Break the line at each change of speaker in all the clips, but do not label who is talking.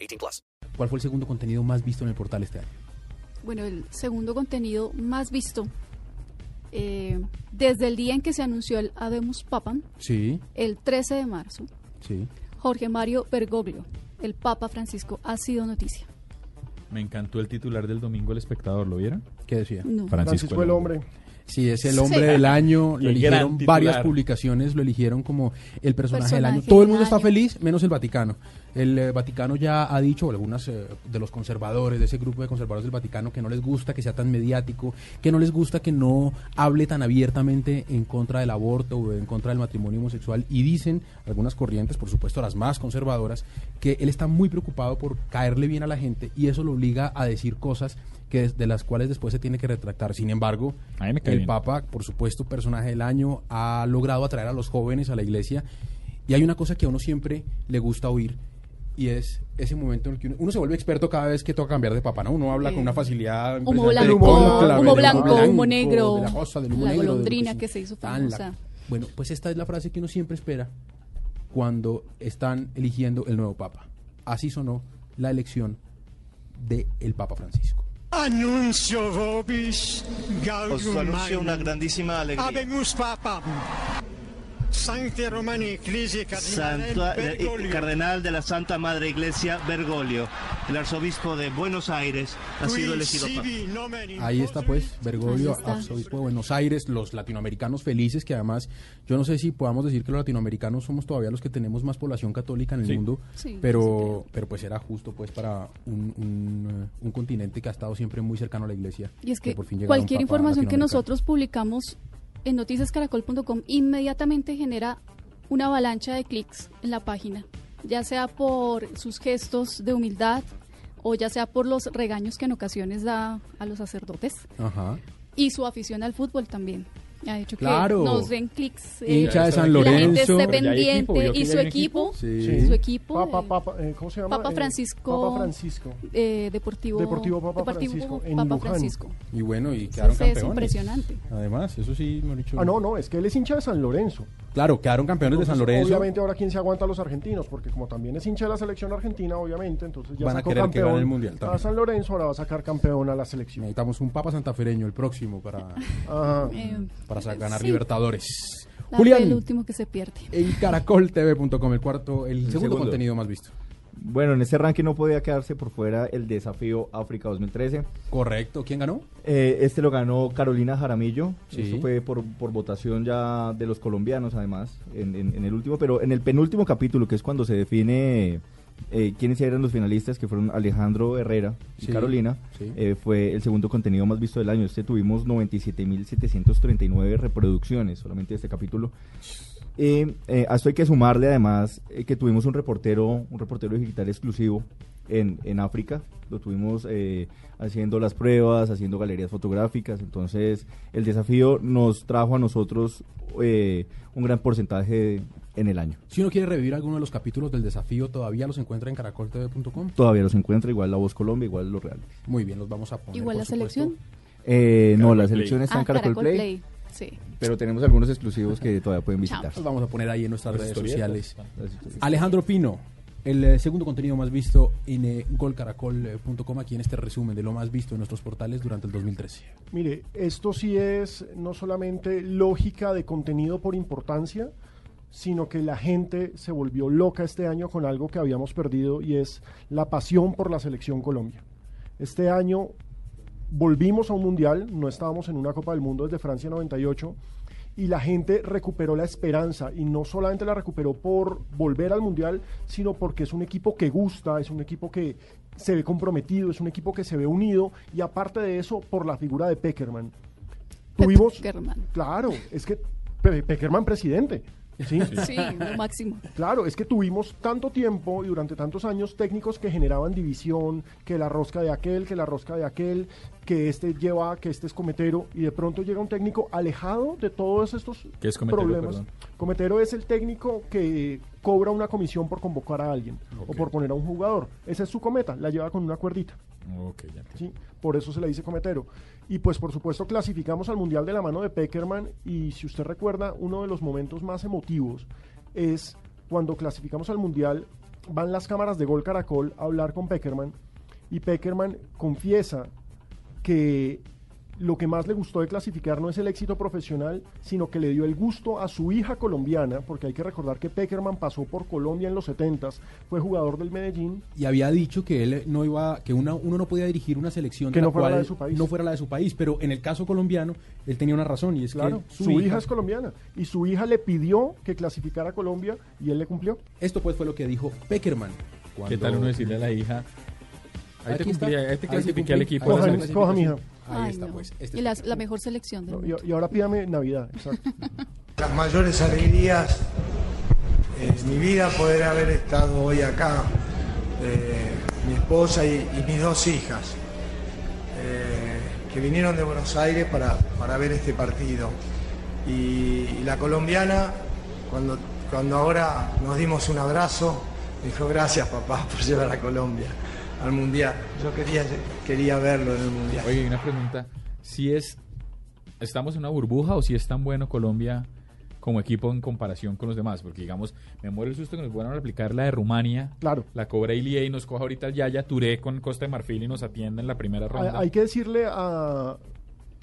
18 plus.
¿Cuál fue el segundo contenido más visto en el portal este año?
Bueno, el segundo contenido más visto. eh, desde el día en que se anunció el Ademus Papam,
Sí,
el 13 de marzo,
sí.
Jorge Mario Bergoglio, el Papa Francisco, ha sido noticia.
Me encantó el titular del domingo El Espectador, ¿lo vieron?
¿Qué decía?
No.
Francisco el hombre.
Sí, es el hombre del año. Lo
Qué gran
eligieron
titular.
varias publicaciones, lo eligieron como el personaje, del año.
Personaje
Todo el
del
mundo está
año.
feliz, menos el Vaticano. El eh, Vaticano ya ha dicho, o algunas eh, de los conservadores, de ese grupo de conservadores del Vaticano, que no les gusta que sea tan mediático, que no les gusta que no hable tan abiertamente en contra del aborto o en contra del matrimonio homosexual. Y dicen algunas corrientes, por supuesto las más conservadoras, que él está muy preocupado por caerle bien a la gente y eso lo obliga a decir cosas que des- de las cuales después se tiene que retractar. Sin embargo,
A mí me cae
el
bien.
Papa, por supuesto, personaje del año, ha logrado atraer a los jóvenes a la iglesia. Y hay una cosa que a uno siempre le gusta oír y es ese momento en el que uno, uno se vuelve experto cada vez que toca cambiar de papa, ¿no? Uno habla con una facilidad.
Humo
impresionante.
blanco,
Del
humo
del
blanco, humo negro,
de la, cosa, del humo
la
negro, de lo
golondrina
se-
que se hizo
tan la-
famosa.
Bueno, pues esta es la frase que uno siempre espera cuando están eligiendo el nuevo papa. Así sonó la elección del el Papa Francisco.
Anuncio vobis gaudium
Os anuncio
magnum.
una
Ah,
grandísima alegría.
Habemus papam. Sancte Romani Ecclesiae Cardinale
Santo- eh,
Bergoglio.
cardenal de la Santa Madre Iglesia Bergoglio, el arzobispo de Buenos Aires, ha sido
Qui
elegido papa.
sibi nomen in
Ahí está pues Bergoglio,
Ahí está.
arzobispo de Buenos Aires, los latinoamericanos felices, que además yo no sé si podamos decir que los latinoamericanos somos todavía los que tenemos más población católica en el mundo,
Sí, sí
pero,
creo.
pero pues era justo pues para un, un, eh, un continente que ha estado siempre muy cercano a la iglesia.
Y es que
por fin llegara un
cualquier
papa
información que
latinoamericano.
nosotros publicamos en noticiascaracol.com inmediatamente genera una avalancha de clics en la página, ya sea por sus gestos de humildad o ya sea por los regaños que en ocasiones da a los sacerdotes
Ajá.
y su afición al fútbol también. Ha hecho
Claro.
que nos den clics. eh,
Hincha de San
que la gente
Lorenzo.
esté
Pero ya hay
pendiente
equipo, vio que
y
ya
su
hay un
equipo,
equipo.
Sí.
su equipo
Papa,
eh,
Papa, eh, ¿cómo se llama?
Papa
Eh,
Francisco.
Papa Francisco.
eh, deportivo,
Deportivo Papa Francisco en
Papa
Luján.
Francisco.
Y bueno, y
Sí,
quedaron
sí, es
campeones.
impresionante.
Además, eso sí, me han dicho.
Ah, no, no, es que él es hincha de San Lorenzo.
Claro, quedaron campeones de San
Entonces,
Lorenzo.
Obviamente ahora quién se aguanta a los argentinos, porque como también es hincha de la selección argentina, obviamente, entonces ya
Van a
sacó
querer que
campeón
gane el Mundial también.
a San Lorenzo, ahora va a sacar campeón a la selección.
Necesitamos un papa santafereño, el próximo, para,
Ajá.
Eh,
para sa- ganar
sí.
Libertadores.
La fe, el
Julián,
último que se pierde.
en caracoltv.com, el cuarto, el, segundo,
segundo.
contenido más visto.
Bueno, en ese ranking no podía quedarse por fuera el desafío África 2013.
Correcto, ¿quién ganó?
Eh, este lo ganó Carolina Jaramillo.
Sí.
Eso fue por, por votación ya de los colombianos, además, en, en- en el último. Pero en el penúltimo capítulo, que es cuando se define eh, quiénes eran los finalistas, que fueron Alejandro Herrera y
Sí,
Carolina,
sí.
eh, fue el segundo contenido más visto del año. Este tuvimos 97.739 reproducciones solamente de este capítulo. Y eh, a esto hay que sumarle además eh, que tuvimos un reportero, un reportero digital exclusivo en, en África. Lo tuvimos eh, haciendo las pruebas, haciendo galerías fotográficas. Entonces, el desafío nos trajo a nosotros eh, un gran porcentaje en el año.
Si uno quiere revivir alguno de los capítulos del desafío, todavía los encuentra en caracoltv.com.
Todavía los encuentra igual la voz Colombia, igual los reales.
Muy bien, los vamos a poner.
Igual
por
la
supuesto.
selección.
Eh, no,
Caracol
las
Play.
elecciones están
Ah,
en Caracol, Play,
Sí.
pero tenemos algunos exclusivos que todavía pueden visitar.
Los vamos a poner ahí en nuestras redes sociales.
Las historias.
Alejandro Pino, el eh, segundo contenido más visto en eh, golcaracol.com, aquí en este resumen de lo más visto en nuestros portales durante el 2013.
Mire, esto sí es no solamente lógica de contenido por importancia, sino que la gente se volvió loca este año con algo que habíamos perdido y es la pasión por la selección Colombia. Este año volvimos a un mundial, no estábamos en una Copa del Mundo desde Francia 98 y la gente recuperó la esperanza y no solamente la recuperó por volver al mundial, sino porque es un equipo que gusta, es un equipo que se ve comprometido, es un equipo que se ve unido y aparte de eso por la figura de Peckerman.
Pep
Tuvimos
Guerrero.
Claro, es que Pe- Peckerman presidente. ¿sí?
Sí, lo máximo.
Claro, es que tuvimos tanto tiempo y durante tantos años técnicos que generaban división, que la rosca de aquel, que la rosca de aquel, que este lleva, que este es cometero, y de pronto llega un técnico alejado de todos estos
¿Qué es cometero,
problemas.
perdón?
Cometero es el técnico que cobra una comisión por convocar a alguien o por poner a un jugador. Esa es su cometa, la lleva con una cuerdita.
Ok, ya entiendo.
¿sí? Por eso se le dice cometero. Y pues por supuesto clasificamos al Mundial de la mano de Peckerman y si usted recuerda, uno de los momentos más emotivos es cuando clasificamos al Mundial, van las cámaras de Gol Caracol a hablar con Peckerman y Peckerman confiesa que lo que más le gustó de clasificar no es el éxito profesional, sino que le dio el gusto a su hija colombiana, porque hay que recordar que Peckerman pasó por Colombia en los 70s, fue jugador del Medellín,
y había dicho que él no iba que una, uno no podía dirigir una selección
Que
de
no fuera la
cual
de su país.
no fuera la de su país pero en el caso colombiano él tenía una razón y es
Claro,
que
su, hija, es colombiana y su hija le pidió que clasificara a Colombia y él le cumplió.
esto pues fue lo que dijo Peckerman
¿Qué
cuando-
tal uno decirle a la hija? Ahí te
Aquí está,
cumplí, ahí te clasifiqué al
cumplí,
equipo.
ahí
Coja,
está la
Ahora sí.
Cojan- cojan, mija.
clasificación. ahí
Ay,
está
no.
pues este
y
es
la, la mejor selección del
No,
mundo.
Y, y ahora pídame Navidad, exacto.
Las mayores alegrías en mi vida poder haber estado hoy acá, eh, mi esposa y, y mis dos hijas, eh, que vinieron de Buenos Aires para, para ver este partido. Y, y la colombiana, cuando, cuando ahora nos dimos un abrazo, me dijo gracias papá por llevar a Colombia al Mundial. Yo quería, quería verlo en el Mundial.
Oye, y una pregunta. Si es, ¿estamos en una burbuja o si es tan bueno Colombia como equipo en comparación con los demás? Porque digamos, me muero el susto que nos vuelvan a aplicar la de Rumania.
Claro.
La cobra Ilie y nos coja ahorita el Yaya Touré con Costa de Marfil y nos atienda en la primera
Hay,
ronda.
hay que decirle a,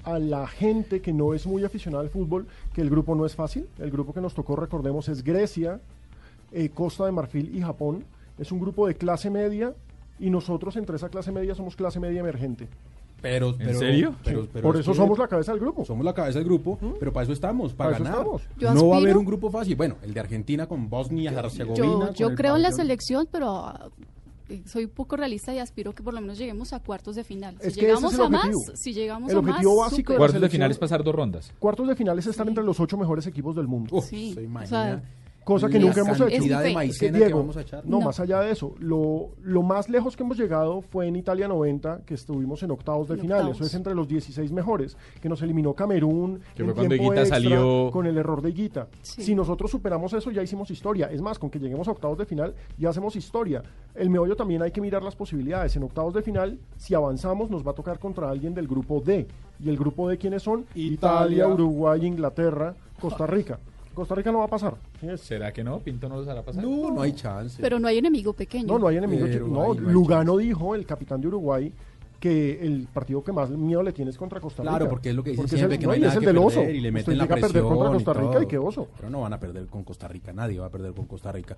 a la gente que no es muy aficionada al fútbol que el grupo no es fácil. El grupo que nos tocó, recordemos, es Grecia, eh, Costa de Marfil y Japón. Es un grupo de clase media y nosotros entre esa clase media somos clase media emergente.
pero, pero-
serio?
pero- pero
Por
es
eso
que
somos la cabeza del grupo.
somos la cabeza del grupo pero para eso estamos para,
Para eso
ganar
estamos.
Yo
no va a haber
aspiro-
un grupo fácil bueno el de Argentina con Bosnia Herzegovina
Yo,
con
yo
el
creo en la
campeón.
selección, pero ah, eh, soy un poco realista y aspiro que por lo menos lleguemos a cuartos de final.
Es
si
que ese es
llegamos
el
a más,
objetivo.
si llegamos
El
a más,
objetivo básico
súper.
de la
Cuartos de final
selección-
es pasar dos rondas.
Cuartos de finales están entre los ocho mejores equipos del mundo.
Uf,
Sí,
se
o
imagina
sea,
Cosa que
la
nunca hemos hecho.
cantidad de
Es mi fe.
Es que,
maicena que
Diego,
vamos a echar
No,
No.
más allá de eso, lo, lo más lejos que hemos llegado fue en Italia 90, que estuvimos en octavos de
En
final,
octavos.
eso es entre los 16 mejores, que nos eliminó Camerún,
Que
en
fue cuando
tiempo
Higuita
extra,
salió-
con el error de Higuita.
Sí.
Si nosotros superamos eso, ya hicimos historia. Es más, con que lleguemos a octavos de final, ya hacemos historia. El meollo también hay que mirar las posibilidades. En octavos de final, si avanzamos, nos va a tocar contra alguien del grupo D. ¿Y el grupo D quiénes son?
Italia.
Italia Uruguay, Inglaterra, Costa Rica. Costa Rica no va a pasar. Sí, es-
¿Será que no? ¿Pinto no los hará pasar?
no no hay chance
Pero no hay enemigo pequeño.
No, no hay enemigo.
Pero
chico. no,
ahí no hay
Lugano dijo, el capitán de Uruguay, que el partido que más miedo le tiene es contra Costa Rica.
Claro, porque es lo que dicen
Porque es
siempre
el-
que
no,
no hay
y
nada
es el
que
del
perder
oso.
y le
Usted
meten la
llega a
presión
perder contra Costa
y
Rica
todo.
y qué oso.
Pero no van a perder con Costa Rica, nadie va a perder con Costa Rica.